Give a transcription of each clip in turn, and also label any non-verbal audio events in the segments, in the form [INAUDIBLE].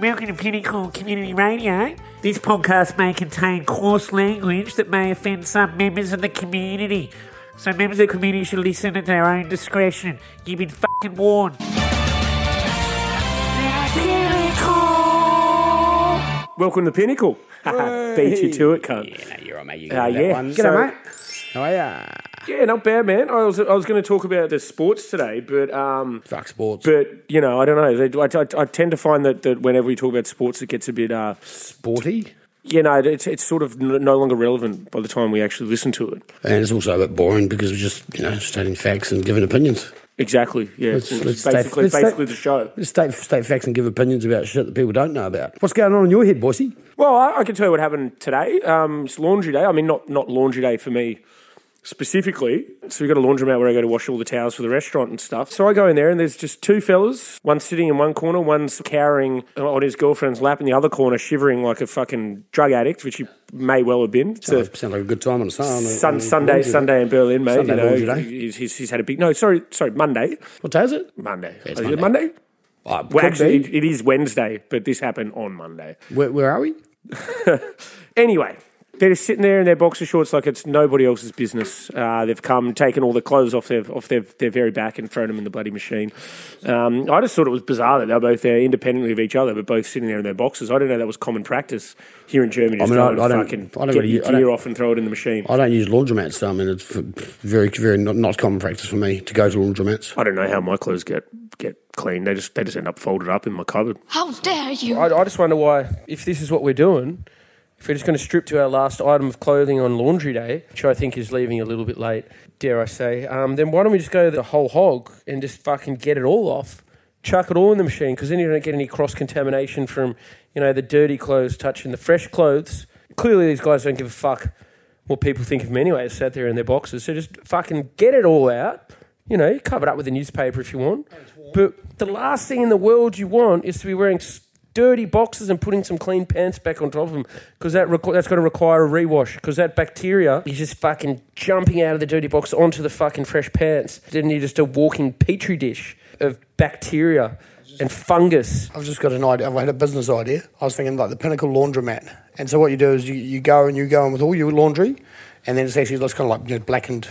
Welcome to Pinnacle Community Radio. This podcast may contain coarse language that may offend some members of the community. So members of the community should listen at their own discretion. You've been fucking warned. Pinnacle! Welcome to Pinnacle. [LAUGHS] Beat you to it, cunt. Yeah, no, you're right, mate. You Ah, can do that yeah. one. G'day, mate. Oh, yeah. Yeah, not bad, man. I was I was going to talk about the sports today, but um, Fuck sports. but you know, I don't know. I, I, I tend to find that, that whenever we talk about sports, it gets a bit, uh, Sporty. you know, it's it's sort of n- no longer relevant by the time we actually listen to it. And it's also a bit boring because we're just, you know, stating facts and giving opinions. Exactly. Yeah. Let's- it's let's basically stay- let's basically stay- the show. Just state, state facts and give opinions about shit that people don't know about. What's going on in your head, Boise? Well, I, I can tell you what happened today. Um, it's laundry day. I mean, not not laundry day for me specifically. So we've got a laundromat where I go to wash all the towels for the restaurant and stuff. So I go in there and there's just two fellas, one sitting in one corner, one's cowering on his girlfriend's lap in the other corner, shivering like a fucking drug addict, which he may well have been. It's a- Sounds like a good time on a sun. uh, Sun, Sunday, Sunday in Berlin, mate. Sunday you know, laundry day. he's, he's, he's had a big no. Sorry, sorry, Monday, What day is it? Monday. It's Is it Monday. Monday? Uh, Well, could actually, be. it, it is Wednesday, but this happened on Monday. Where, where are we? Anyway, they're just sitting there in their boxer shorts like it's nobody else's business. Uh, they've come, taken all the clothes off their off their, their very back and thrown them in the bloody machine. Um, I just thought it was bizarre that they're both there independently of each other, but both sitting there in their boxes. I didn't know that was common practice here in Germany. Just mean, I- go and I don't- fucking I don't get really- your I don't- gear off and throw it in the machine. I don't use laundromats, so I mean, it's f- very, very not, not common practice for me to go to laundromats. I don't know how my clothes get get clean. They just they just end up folded up in my cupboard. How dare you! I, I just wonder why, if this is what we're doing, if we're just going to strip to our last item of clothing on laundry day, which I think is leaving a little bit late, dare I say, um, then why don't we just go the whole hog and just fucking get it all off, chuck it all in the machine, because then you don't get any cross contamination from, you know, the dirty clothes touching the fresh clothes. Clearly, these guys don't give a fuck what people think of them anyway. It's sat there in their boxes. So just fucking get it all out. You know, cover it up with a newspaper if you want. But the last thing in the world you want is to be wearing s- dirty boxes and putting some clean pants back on top of them because that requ- that's going to require a rewash because that bacteria is just fucking jumping out of the dirty box onto the fucking fresh pants. Then you're just a walking petri dish of bacteria and fungus. I've just got an idea. I've had a business idea. I was thinking like the Pinnacle Laundromat. And so what you do is you, you go and you go in with all your laundry, and then it's actually looks kind of like you know, blackened,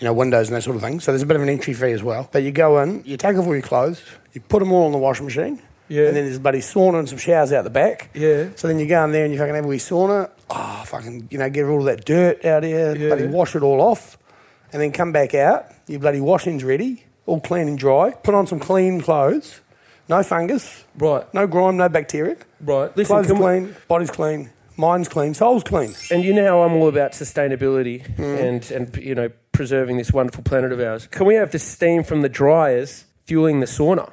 you know, windows and that sort of thing. So there's a bit of an entry fee as well. But you go in, you take off all your clothes, you put them all on the washing machine. Yeah. And then there's a bloody sauna and some showers out the back. Yeah. So then you go in there and you fucking have a wee sauna. Oh, fucking, you know, get all that dirt out here, Yeah. bloody wash it all off, and then come back out. Your bloody washing's ready, all clean and dry. Put on some clean clothes, no fungus. Right. No grime, no bacteria. Right. Listen, Clothes can we- clean, body's clean, mind's clean, soul's clean. and you know how I'm all about sustainability and and you know preserving this wonderful planet of ours. Can we have the steam from the dryers fueling the sauna?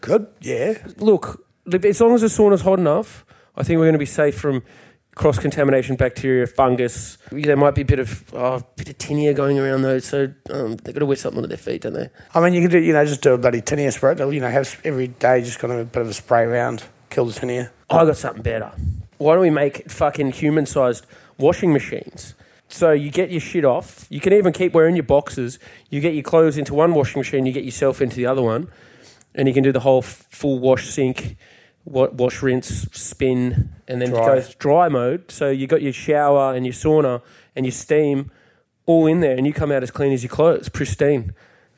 Good, yeah. Look, if- as long as the sauna's hot enough, I think we're going to be safe from cross contamination, bacteria, fungus. There might be a bit of oh, a bit of tinea going around though, so um, they've got to wear something on their feet, don't they? I mean, you could do, you know, just do a bloody tinea spray. You know, have every day just kind of a bit of a spray around, kill the tinea. I got something better. Why don't we make fucking human sized washing machines? So you get your shit off. You can even keep wearing your boxes. You get your clothes into one washing machine, you get yourself into the other one, and you can do the whole f- full wash sink, wa- wash, rinse, spin, and then Dry. it goes dry mode. So you got your shower and your sauna and your steam all in there, and you come out as clean as your clothes, pristine.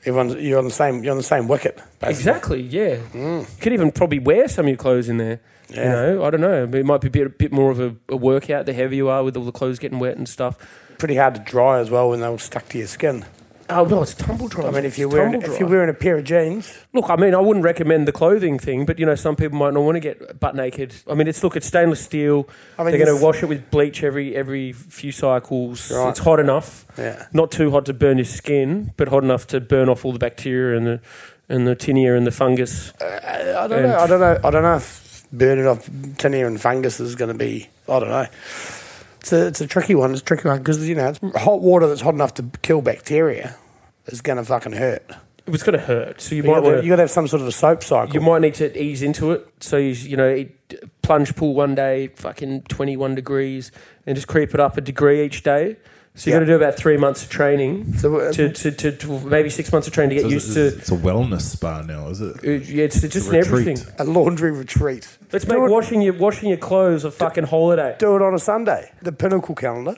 Everyone's, you're on the same, you're on the same wicket, basically. Exactly. Yeah. You could even probably wear some of your clothes in there. You know, I don't know. It might be a bit, bit more of a, a workout the heavier you are with all the clothes getting wet and stuff. Pretty hard to dry as well when they're all stuck to your skin. Oh no, it's tumble dry. I mean, if It's you're wearing, tumble if dry. you're wearing a pair of jeans, look, I mean, I wouldn't recommend the clothing thing, but you know, some people might not want to get butt naked. I mean, it's look, it's stainless steel. I mean, They're going this- to wash it with bleach every every few cycles. Right. It's hot enough, Yeah. not too hot to burn your skin, but hot enough to burn off all the bacteria and the and the tinea and the fungus. I don't know, I don't know, I don't know if burning off tinea and fungus is going to be. I don't know. It's a, it's a tricky one. It's a tricky one because you know it's hot water that's hot enough to kill bacteria is going to fucking hurt. It was going to hurt, so you You might want got to have some sort of a soap cycle. You might need to ease into it. So you, you know, eat- plunge pool one day, fucking 21 degrees, and just creep it up a degree each day. So you got Yeah. to do about three months of training So, uh, to, to, to, to maybe six months of training to get So used it's, to. it's a wellness spa now, is it? uh, yeah, it's, it's just an retreat. everything. A laundry retreat. Let's make Do it- washing your washing your clothes a fucking holiday. Do it on a Sunday. The pinnacle calendar.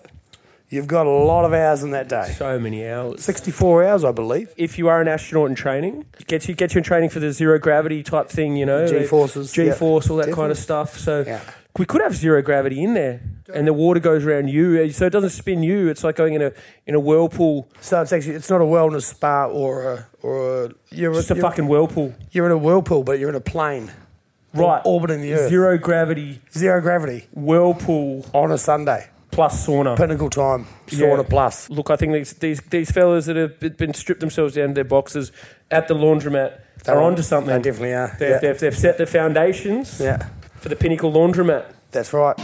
You've got a lot of hours in that day. So many hours. 64 hours, I believe. if you are an astronaut in training, get you get you in training for the zero gravity type thing, you know, G forces, G force, yeah. all that kind of Definitely. stuff. So Yeah. we could have zero gravity in there, and the water goes around you, uh, so it doesn't spin you. It's like going in a in a whirlpool, So it's actually, it's not a wellness spa or a, or a, you're, just a you're- fucking whirlpool, You're in a whirlpool, but you're in a plane. right? orbiting the Earth. Zero gravity Zero gravity whirlpool on a Sunday. plus sauna. Pinnacle time. Sauna Yeah. plus. Look, I think these, these these fellas that have been stripped themselves down to their boxes at the laundromat They're are on- onto something. they definitely are, They've, yeah. they've, they've set the foundations Yeah, for the pinnacle laundromat. that's right.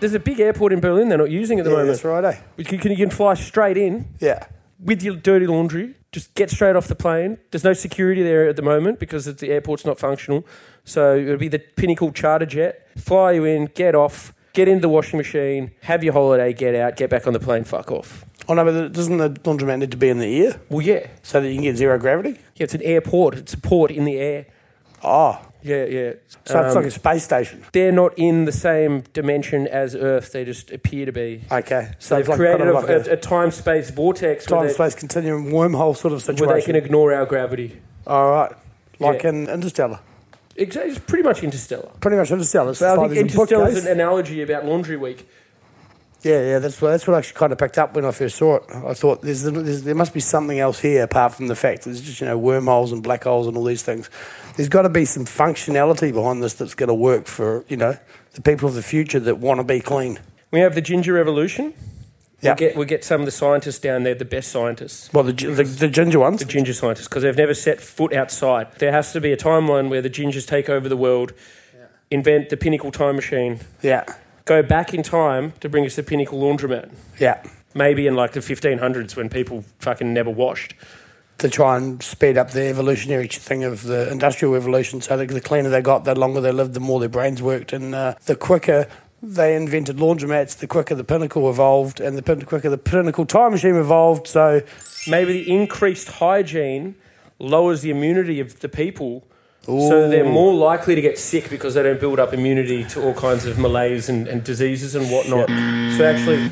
There's a big airport in Berlin they're not using at the Yeah, moment. that's right, eh? You can, you can fly straight in Yeah. with your dirty laundry. Just get straight off the plane. There's no security there at the moment because it's, the airport's not functional. So it'll be the Pinnacle charter jet. Fly you in, get off, get into the washing machine, have your holiday, get out, get back on the plane, fuck off. Oh, no, but the- doesn't the laundromat need to be in the air Well, yeah. so that you can get zero gravity? Yeah, it's an airport. It's a port in the air. Oh, Yeah, yeah. so Um, it's like a space station. they're not in the same dimension as Earth. They just appear to be. So Okay. So it's they've like created kind a, of like a, a, time space vortex. where time they- space continuum wormhole sort of where they situation. can ignore our gravity. All right. Like Yeah. in Interstellar. Ex- It's pretty much Interstellar. Pretty much Interstellar. It's But I like think there's a Interstellar is bookcase. an analogy about Laundry Week. Yeah, yeah, that's what, that's what I actually kind of picked up when I first saw it. I thought there's, there's, there must be something else here apart from the fact there's just, you know, wormholes and black holes and all these things. There's got to be some functionality behind this that's going to work for, you know, the people of the future that want to be clean. We have the Ginger Revolution. Yeah. We get we get some of the scientists down there, the best scientists, Well, the, gi- the, the ginger ones. the ginger scientists, because they've never set foot outside. There has to be a timeline where the gingers take over the world, invent the pinnacle time machine, Yeah, go back in time to bring us the pinnacle laundromat. yeah. Maybe in like the 1500s when people fucking never washed. To try and speed up the evolutionary ch- thing of the industrial evolution. So the, the cleaner they got, the longer they lived, the more their brains worked, and uh, the quicker. They invented laundromats. The quicker the pinnacle evolved, and the pin- quicker the pinnacle time machine evolved. So Maybe the increased hygiene lowers the immunity of the people. So they're more likely to get sick because they don't build up immunity to all kinds of malaise and, and diseases and whatnot. So actually,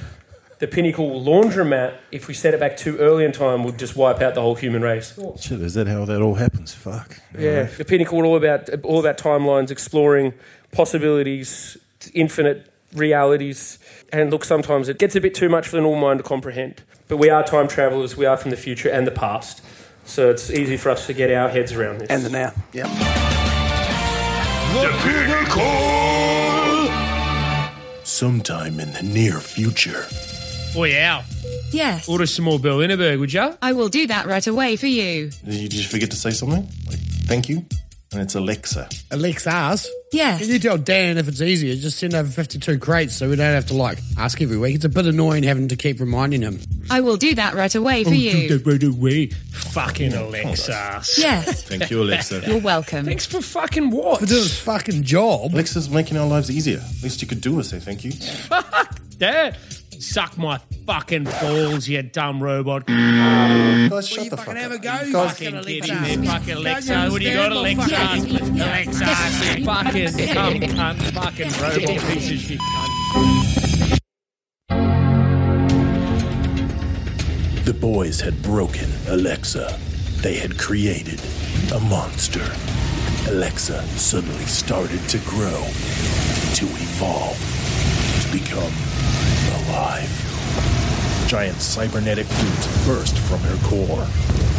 the pinnacle laundromat, if we set it back too early in time, would just wipe out the whole human race. Shit, is that how that all happens? Fuck. Yeah, the pinnacle all about all about timelines, exploring possibilities, infinite realities, and look, sometimes it gets a bit too much for the normal mind to comprehend. But we are time travelers. We are from the future and the past, so it's easy for us to get our heads around this. and the now. Yeah. Sometime in the near future. oh yeah, Yes. order some more Berliner Berg, would ya? I will do that right away for you. Did you just forget to say something? Like, thank you? And it's Alexa. Alex asks, Yes. can you tell Dan if it's easier, just send over 52 crates so we don't have to, like, ask every week? It's a bit annoying having to keep reminding him. I will do that right away for you. right away. Fucking Alexa. Yes. Thank you, Alexa. You're welcome. Thanks for fucking what? For doing his fucking job. [LAUGHS] Alexa's making our lives easier. At least you could do is say thank you. Yeah. Suck my fucking balls, you dumb robot. Guys, shut the fuck Fucking up. get in there, fucking Alexa. What do you got, Alexa? Alexa, you [LAUGHS] fucking dumb cunt, fucking [LAUGHS] robot piece of shit cunt. The boys had broken Alexa. They had created a monster. Alexa suddenly started to grow, to evolve, to become alive. Giant cybernetic roots burst from her core,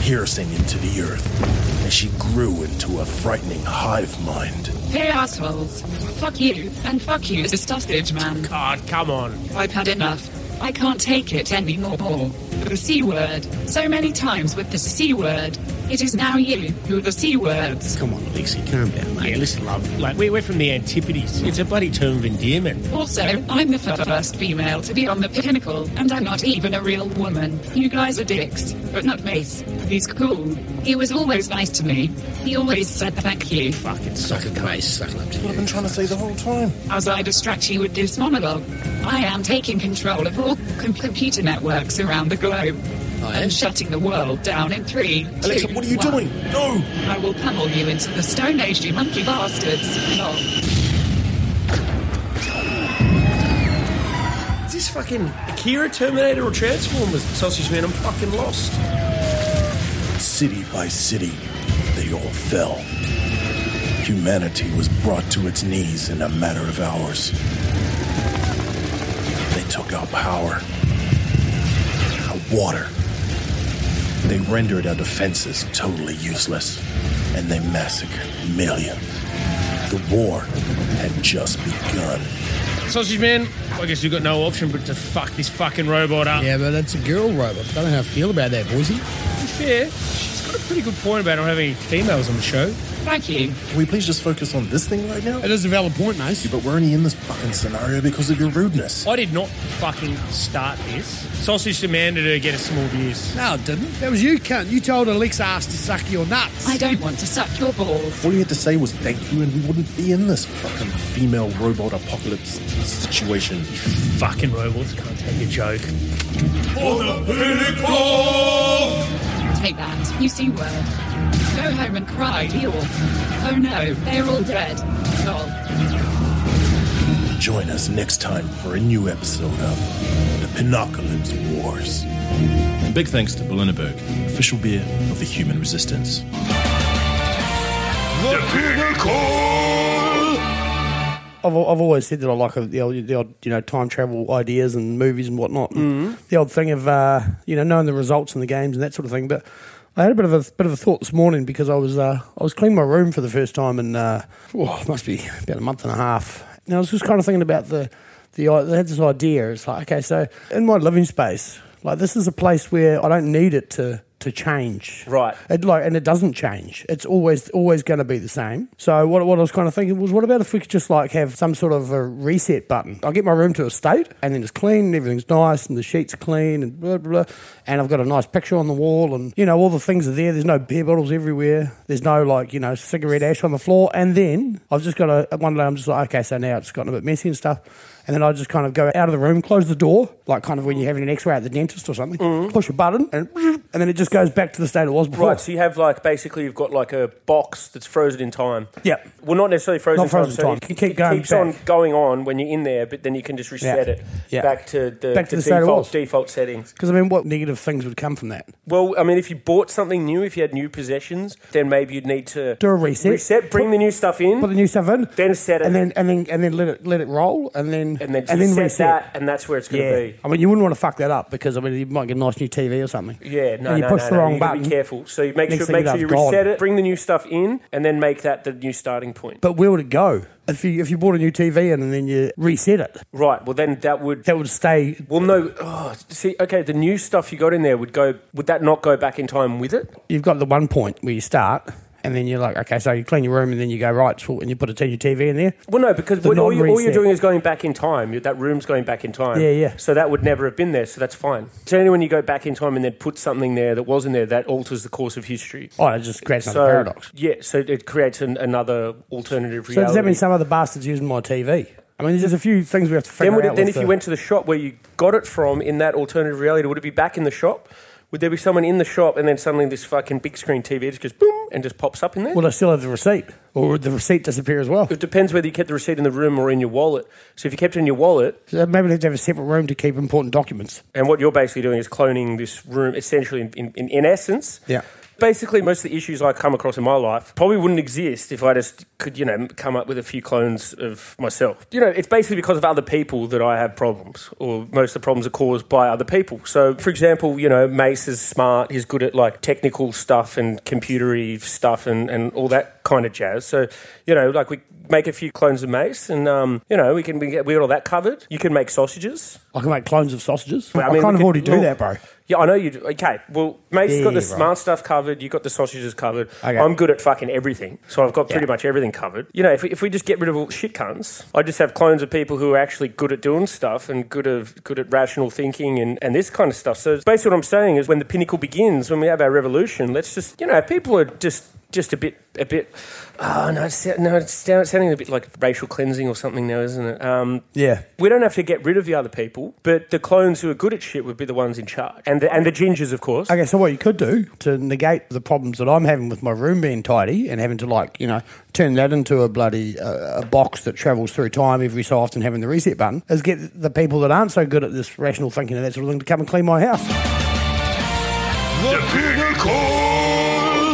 piercing into the earth as she grew into a frightening hive mind. Hey assholes. Fuck you. And fuck you, Mr. Sausage Man. Ah, God, come on. I've had enough. I can't take it anymore. The C word. So many times with the C word. It is now you who the C words. Come on, Alexi, calm down, mate. Listen, love. Like, we're, we're from the Antipodes. It's a bloody term of endearment. Also, I'm the first female to be on the pinnacle, and I'm not even a real woman. You guys are dicks, but not Mace. He's cool. He was always nice to me. He always said thank you. Fucking suck it, Mace. Suck it up to you. I've been trying to say the whole time. As I distract you with this monologue, I am taking control of all com- computer networks around the globe. I'm shutting the world down in three. Alexa, two, what are you one. doing? No! I will pummel you into the Stone Age, you monkey bastards. Lol. Is this fucking Akira, Terminator, or Transformers? Sausage Man, I'm fucking lost. City by city, they all fell. Humanity was brought to its knees in a matter of hours. They took our power, our water. They rendered our defenses totally useless, and they massacred millions. The war had just begun. Sausage Man, I guess you've got no option but to fuck this fucking robot up. Yeah, but that's a girl robot. I don't know how I feel about that, Boise. To be fair, she's got a pretty good point about not having any females on the show. Thank you. Can we please just focus on this thing right now? It is a valid point, Mace. But we're only in this fucking scenario because of your rudeness. I did not fucking start this. Sausage demanded her get a small abuse. No, it didn't. That was you, cunt. You told Alexa ass to suck your nuts. I don't want to suck your balls. All you had to say was thank you, and we wouldn't be in this fucking female robot apocalypse situation. Fucking robots can't take a joke. Take that, you see word. Go home and cry, Dior. Oh no, they're all dead. Lol. Join us next time for a new episode of The Pinocalypse Wars. And big thanks to Berlinerberg, official beer of the Human Resistance. I've, I've always said that I like uh, the old, the old, you know, time travel ideas and movies and whatnot. And The old thing of, uh, you know, knowing the results in the games and that sort of thing. But I had a bit of a bit of a thought this morning because I was uh, I was cleaning my room for the first time in uh, oh, it must be about a month and a half. And I was just kind of thinking about the the I had this idea. It's like okay, so in my living space, like this is a place where I don't need it to to change. Right. It like and it doesn't change. It's always always going to be the same. So what, what I was kind of thinking was, what about if we could just like have some sort of a reset button? I'll get my room to a state, and then it's clean, and everything's nice, and the sheets are clean, and blah blah. blah. And I've got a nice picture on the wall, and you know all the things are there. There's no beer bottles everywhere. There's no like you know cigarette ash on the floor. And then I've just got a one day I'm just like, okay, so now it's gotten a bit messy and stuff. And then I just kind of go out of the room, close the door, like kind of when you're having an X-ray at the dentist or something. Push a button, and and then it just goes back to the state it was before. Mm-hmm. Right, so you have like basically you've got like a box that's frozen in time. Yep. Well, not necessarily frozen, Not frozen in time. time. So You can keep going keeps back. on going on when you're in there, but then you can just reset Yeah. it Yeah. back to the, Back to the state it default was. default settings. Because I mean, what negative things would come from that? Well, I mean, if you bought something new, if you had new possessions, then maybe you'd need to Do a reset. reset, bring the new stuff in, Put the new stuff in, Then set it. and then and then and then let it let it roll, and then and then, just set that, and that's where it's going to Yeah, be. I mean, you wouldn't want to fuck that up because I mean, you might get a nice new TV or something. Yeah, no, and you no, push no, the no. wrong you gotta button. Be careful. So you make sure Next thing you make know, sure you it's gone. reset it, bring the new stuff in, and then make that the new starting point. But where would it go if you if you bought a new TV in and then you reset it? Right. Well, then that would That would stay. Well, no. Oh, see, okay, the new stuff you got in there would go. Would that not go back in time with it? You've got the one point where you start. And then you're like, okay, so you clean your room, and then you go right, so- and you put a t- new TV in there. Well, no, because The what, all, you, all you're non-reset. doing is going back in time. You- That room's going back in time. Yeah, yeah. So that would never have been there. So that's fine. So only when you go back in time and then put something there that wasn't there, that alters the course of history. Oh, it just creates So another paradox. yeah, so it creates an, another alternative reality. So does that mean some other bastards using my TV? I mean, there's a few things we have to figure then would out. it, then with if the- you went to the shop where you got it from in that alternative reality, would it be back in the shop? Would there be someone in the shop and then suddenly this fucking big screen TV just goes boom and just pops up in there? Will I still have the receipt? Or would the receipt disappear as well? It depends whether you kept the receipt in the room or in your wallet. So if you kept it in your wallet, So maybe they have to have a separate room to keep important documents. and what you're basically doing is cloning this room essentially in, in, in essence. Yeah. Basically, most of the issues I come across in my life probably wouldn't exist if I just could, you know, come up with a few clones of myself. You know, it's basically because of other people that I have problems, or most of the problems are caused by other people. So, for example, you know, Mace is smart, he's good at like technical stuff and computery stuff and, and all that kind of jazz. So, you know, like we make a few clones of mace, and um, you know, we can we get we got all that covered. You can make sausages. I can make clones of sausages. Well, I, I mean, kind of we already could- do well- that, bro. Yeah, I know you. do. Okay, well, Mate's Yeah, got the right. smart stuff covered. You got the sausages covered. Okay. I'm good at fucking everything, so I've got pretty much everything covered. You know, if we, if we just get rid of all shit cunts, I just have clones of people who are actually good at doing stuff and good of good at rational thinking and, and this kind of stuff. So basically, what I'm saying is, when the pinnacle begins, when we have our revolution, let's just you know, if people are just just a bit a bit. Oh no, it's, no, it's sounding a bit like racial cleansing or something now, isn't it? Um, Yeah. we don't have to get rid of the other people, but the clones who are good at shit would be the ones in charge, and the, and the gingers, of course. Okay, so what you could do to negate the problems that I'm having with my room being tidy and having to like you know turn that into a bloody uh, a box that travels through time every so often, having the reset button is get the people that aren't so good at this rational thinking and that sort of thing to come and clean my house. The Pinnacle!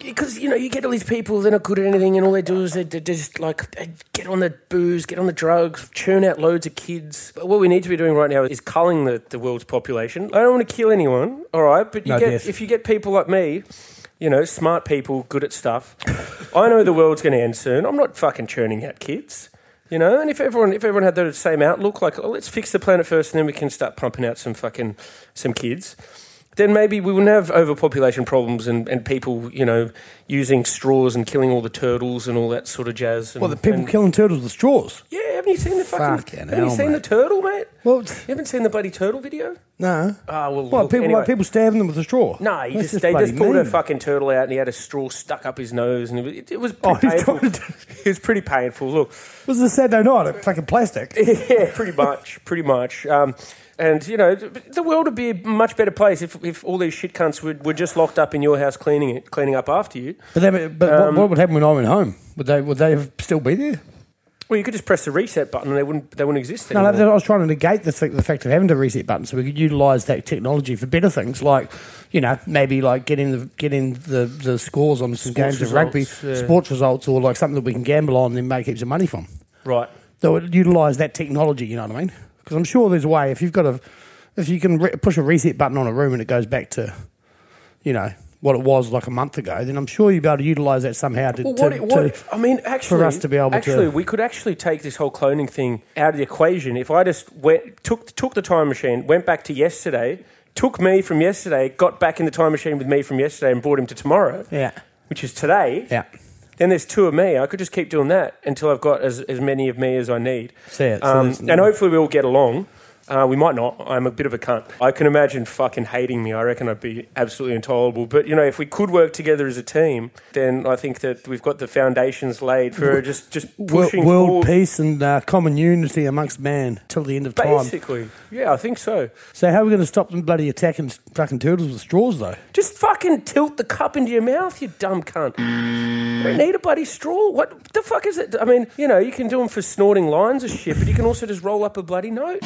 Because you know, you get all these people they're not good at anything, and all they do is they, they just like they get on the booze, get on the drugs, churn out loads of kids. But what we need to be doing right now is culling the, the world's population. I don't want to kill anyone, all right? But you No get death. if you get people like me. You know, smart people, good at stuff. I know the world's going to end soon. I'm not fucking churning out kids. You know, and if everyone if everyone had the same outlook, like oh, let's fix the planet first, and then we can start pumping out some fucking some kids, then maybe we wouldn't have overpopulation problems and, and people you know using straws and killing all the turtles and all that sort of jazz. And, Well, the people and- killing turtles with straws. yeah, haven't you seen the fucking? Fucking haven't hell, you seen mate. the turtle, mate? Well, You haven't seen the bloody turtle video? no. Ah, well, Well, look, people anyway. like people stabbing them with a straw. No, he That's just, they just bloody pulled a mean. fucking turtle out and he had a straw stuck up his nose and it was, it, was Oh, pretty he's painful. trying to [LAUGHS] it was pretty painful. [LAUGHS] Look, It was a Saturday night at fucking plastic. yeah, pretty much, pretty much. Um, and you know, th- the world would be a much better place if, if all these shit cunts were, were just locked up in your house cleaning it, cleaning up after you. But, they, but Um, what, what would happen when I went home? Would they would they have still be there? Well, you could just press the reset button and they wouldn't they wouldn't exist No, anymore. no, I was trying to negate the, th- the fact of having to reset button, so we could utilise that technology for better things, like you know maybe like getting the getting the, the scores on some Sports games of rugby, results, yeah. sports results, or like something that we can gamble on and make heaps of money from. Right. So it utilise that technology. You know what I mean? Because I'm sure there's a way if you've got a if you can re- push a reset button on a room and it goes back to you know what it was like a month ago, then I'm sure you'd be able to utilise that somehow to, Well, to- what, what, to I mean, actually, for us to be able to- actually, we could actually take this whole cloning thing out of the equation. If I just went, took took the time machine, went back to yesterday, took me from yesterday, got back in the time machine with me from yesterday, and brought him to tomorrow, yeah which is today. yeah. Then there's two of me. I could just keep doing that until I've got as, as many of me as I need. See it. So Um, there's- and hopefully we all get along. Uh, we might not. I'm a bit of a cunt. I can imagine fucking hating me. I reckon I'd be absolutely intolerable. But you know, if we could work together as a team, then I think that we've got the foundations laid for just just World, pushing world forward. peace and uh, common unity amongst man till the end of time. Basically, yeah, I think so. So how are we going to stop them bloody attacking s- fucking turtles with straws though? Just fucking tilt the cup into your mouth, you dumb cunt. You don't need a bloody straw. What the fuck is it? I mean, you know, you can do them for snorting lines of shit, but you can also just roll up a bloody note.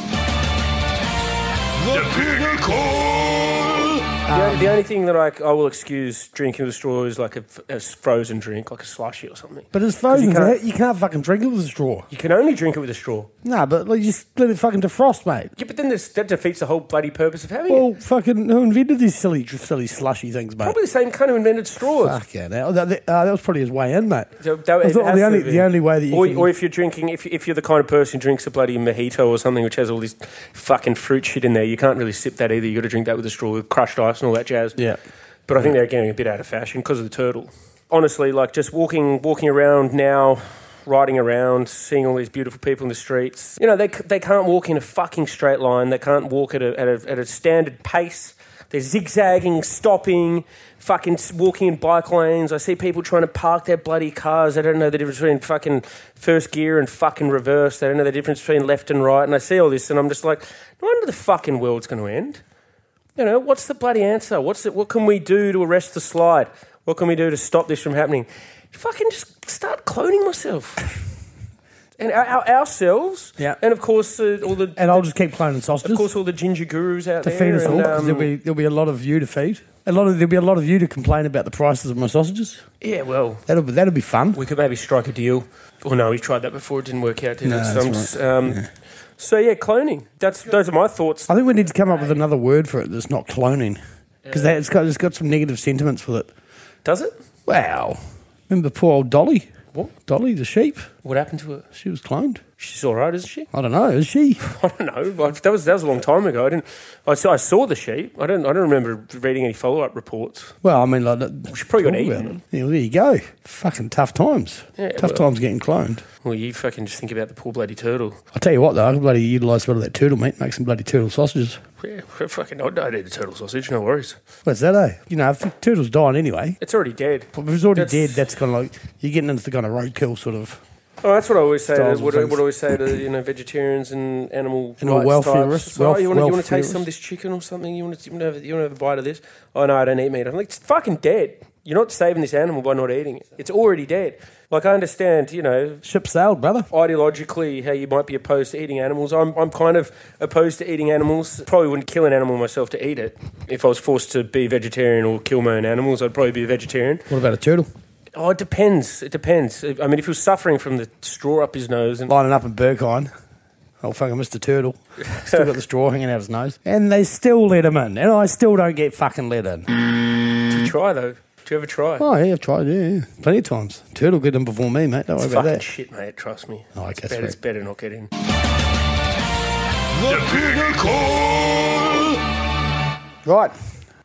The Pinnacle! The, the only thing that I, I will excuse drinking with a straw is like a, f- a frozen drink, like a slushy or something. But it's 'Cause frozen. You You can't, can't, you can't fucking drink it with a straw. you can only drink it with a straw. Nah, but like, you just let it fucking defrost, mate. Yeah, but then this, that defeats the whole bloody purpose of having it. Well, fucking who invented these silly, silly slushy things, mate? Probably the same kind of invented straws. Fuck yeah, that, that, uh, that was probably his way in, mate. So that- I it thought has the to only be. the only way that you or, can, or if you're drinking, if, if you're the kind of person who drinks a bloody mojito or something which has all this fucking fruit shit in there, you can't really sip that either. You got to drink that with a straw, with crushed ice and all that jazz. Yeah. But I think they're getting a bit out of fashion because of the turtle. Honestly, like just walking, walking around now, riding around, seeing all these beautiful people in the streets. You know, they, c- they can't walk in a fucking straight line. They can't walk at a, at a, at a standard pace. They're zigzagging, stopping, fucking s- walking in bike lanes. I see people trying to park their bloody cars. They don't know the difference between fucking first gear and fucking reverse. They don't know the difference between left and right. And I see all this, and I'm just like, no wonder the fucking world's going to end. You know, what's the bloody answer? What's it? What can we do to arrest the slide? What can we do to stop this from happening? Fucking just start cloning myself. [LAUGHS] And our, our, ourselves, Yeah. and of course uh, all the, and I'll just keep cloning sausages of course all the ginger gurus out to there. feed us and, all because um, there'll be there'll be a lot of you to feed. A lot of there'll be a lot of you to complain about the prices of my sausages. yeah, well, That'll be, that'll be fun. we could maybe strike a deal. Oh no, we tried that before; it didn't work out. Did No, it? So, that's I'm s- right. um, so yeah, cloning. That's those are my thoughts. I think we need to come up with another word for it that's not cloning because it's got it's got some negative sentiments with it. Does it? Wow. Remember poor old Dolly? What? Dolly the sheep? What happened to her? She was cloned. She's all right, isn't she? [LAUGHS] I don't know. Is she? I don't know. But that was that was a long time ago. I didn't. I saw, I saw the sheep. I don't. I don't remember reading any follow up reports. Well, I mean, like, that- She probably got talk about eaten. it. Yeah, well, there you go. Fucking tough times. Yeah, tough well- times getting cloned. Well, you fucking just think about the poor bloody turtle. I'll tell you what, though, I could bloody utilise a bit of that turtle meat, make some bloody turtle sausages. Yeah, fucking. I'd, I'd eat a turtle sausage. No worries. What's that, eh? You know, if the turtle's dying anyway. It's already dead. If it's already That's- dead, that's kind of like you're getting into the kind of roadkill sort of Oh, that's what I always say. To, Styles what, and I, things. what I always say to you know vegetarians and animal Animal rights welfareists, types. It's like, oh, welf- you want to you want to taste welfareists. some of this chicken or something? You want to you want to have, you wanna have a bite of this? Oh no, I don't eat meat. I'm like it's fucking dead. You're not saving this animal by not eating it. It's already dead. Like I understand, you know, ship sailed, brother. ideologically how you might be opposed to eating animals. I'm, I'm kind of opposed to eating animals. Probably wouldn't kill an animal myself to eat it. If I was forced to be vegetarian or kill my own animals, I'd probably be a vegetarian. What about a turtle? Oh, it depends. It depends. I mean, if he was suffering from the straw up his nose and Lining up in Burkine. Oh, fucking Mr. Turtle. Still got the straw hanging out his nose. And they still let him in. And I still don't get fucking let in. Did you try though? Did you ever try? Oh, yeah, I've tried, yeah, yeah. Plenty of times. Turtle get in before me, mate. Don't worry it's about fucking that. shit, mate. Trust me. Oh, I it's, guess better, so. it's better not get in. The pinnacle! Right.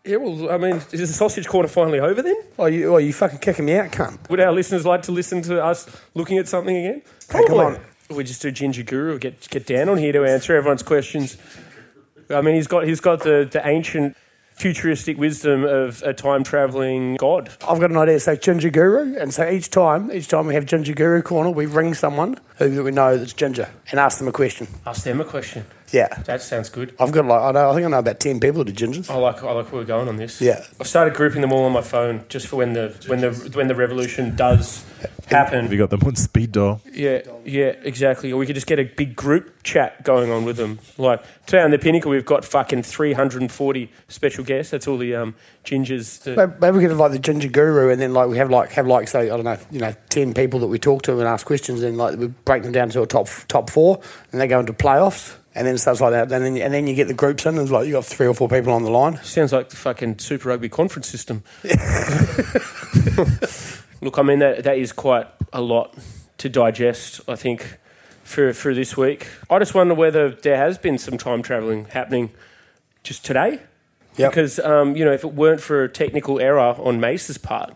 Yeah, well, I mean, is the sausage corner finally over then? Oh, you, oh, you fucking kicking me out, cunt. Would our listeners like to listen to us looking at something again? Hey, come on. We just do Ginger Guru. Get get Dan on here to answer everyone's questions. I mean, he's got he's got the, the ancient futuristic wisdom of a time traveling god. I've got an idea. So Ginger Guru, and so each time, each time we have Ginger Guru corner, we ring someone who that we know that's ginger and ask them a question. Ask them a question. Yeah, That sounds good. I've got like I, know, I think I know about ten people that are gingers. I like I like where we're going on this. Yeah. I've started grouping them all on my phone just for when the when the when the revolution does happen. We got them on speed dial. Yeah, yeah, exactly. Or we could just get a big group chat going on with them. Like today on the pinnacle, we've got fucking three hundred and forty special guests. That's all the um, gingers. The, Maybe maybe we could have like the ginger guru, and then like we have like have like say I don't know, you know, ten people that we talk to and ask questions, and like we break them down to a top top four, and they go into playoffs, and then it starts like that, and then and then you get the groups in, and it's like you got three or four people on the line. Sounds like the fucking Super Rugby conference system. Look, I mean that that is quite a lot to digest. I think for for this week, I just wonder whether there has been some time traveling happening just today. Yep. Because um, you know, if it weren't for a technical error on Mace's part,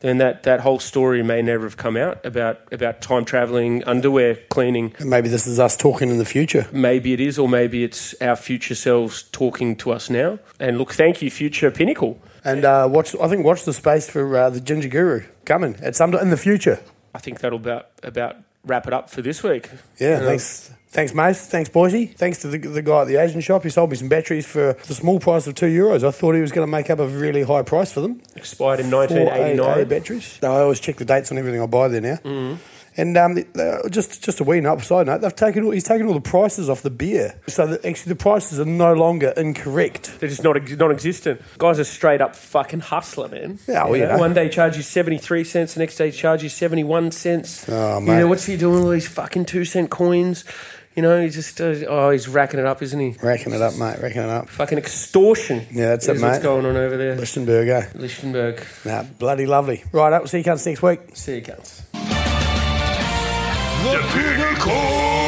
then that, that whole story may never have come out about about time traveling, underwear cleaning. And maybe this is us talking in the future. Maybe it is, or maybe it's our future selves talking to us now. And look, thank you, future pinnacle. And uh, watch, I think watch the space for uh, the ginger guru coming at some in the future. I think that'll about about wrap it up for this week. Yeah, You know, thanks. Thanks, Mace. Thanks, Boise. Thanks to the, the guy at the Asian shop. He sold me some batteries for the small price of two euros. I thought he was going to make up a really high price for them. Expired in Four AA 1989. batteries. No, I always check the dates on everything I buy there now. And um, uh, just just a wee note, side note, they've taken all, he's taken all the prices off the beer, so that actually the prices are no longer incorrect. They're just not ex- non-existent. Guys are straight up fucking hustler, man. Yeah, well, you know. One day charge you seventy three cents, the next day charge you seventy one cents. Oh, You mate. know what's he doing with all these fucking two cent coins? You know, he's just uh, oh, he's racking it up, isn't he? Racking it up, mate. Racking it up. Fucking extortion. Yeah, that's is it, What's mate. going on over there? Lichtenberg, eh? Lichtenberg. Nah, bloody lovely. Right up. See you guys next week. See you guys. The pinnacle!